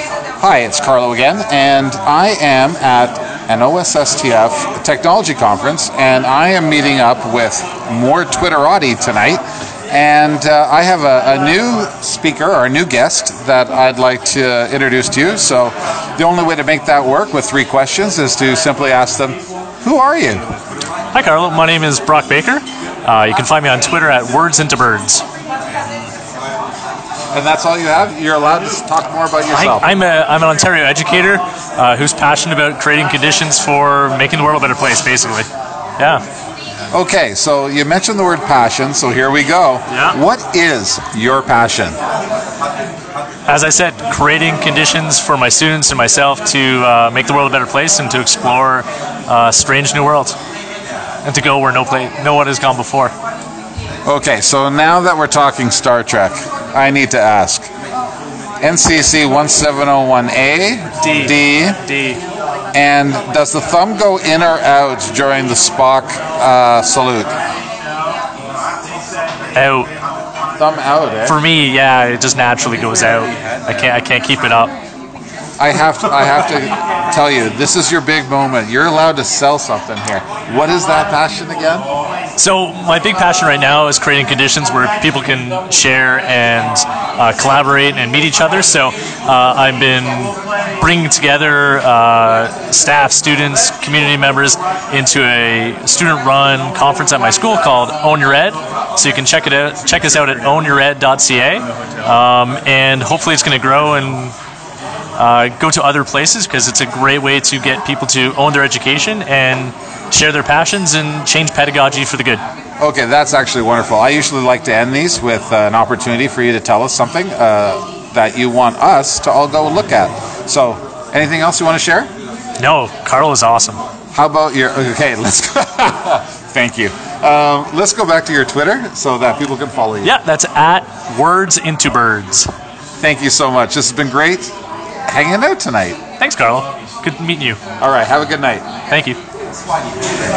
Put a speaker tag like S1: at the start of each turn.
S1: Hi, it's Carlo again, and I am at an OSSTF technology conference, and I am meeting up with more Twitterati tonight. And uh, I have a, a new speaker or a new guest that I'd like to introduce to you. So, the only way to make that work with three questions is to simply ask them, Who are you?
S2: Hi, Carlo. My name is Brock Baker. Uh, you can find me on Twitter at Words Into Birds.
S1: And that's all you have? You're allowed to talk more about yourself.
S2: I, am an Ontario educator uh, who's passionate about creating conditions for making the world a better place, basically. Yeah.
S1: Okay, so you mentioned the word passion, so here we go.
S2: Yeah.
S1: What is your passion?
S2: As I said, creating conditions for my students and myself to uh, make the world a better place and to explore uh, strange new worlds and to go where no, play, no one has gone before.
S1: Okay, so now that we're talking Star Trek, I need to ask. NCC 1701A
S2: D.
S1: D
S2: D.
S1: and does the thumb go in or out during the Spock uh, salute?
S2: Out.
S1: Thumb out, eh?
S2: For me, yeah, it just naturally goes out. I can't, I can't keep it up.
S1: I have to, I have to tell you, this is your big moment. You're allowed to sell something here. What is that passion again?
S2: So my big passion right now is creating conditions where people can share and uh, collaborate and meet each other. So uh, I've been bringing together uh, staff, students, community members into a student-run conference at my school called Own Your Ed. So you can check it out. Check us out at ownyoured.ca, um, and hopefully it's going to grow and uh, go to other places because it's a great way to get people to own their education and share their passions and change pedagogy for the good.
S1: Okay, that's actually wonderful. I usually like to end these with uh, an opportunity for you to tell us something uh, that you want us to all go look at. So, anything else you want to share?
S2: No, Carl is awesome.
S1: How about your? Okay, let's. Go, thank you. Um, let's go back to your Twitter so that people can follow you.
S2: Yeah, that's at Words Into Birds.
S1: Thank you so much. This has been great hanging out tonight.
S2: Thanks, Carl. Good meeting you.
S1: All right, have a good night.
S2: Thank you.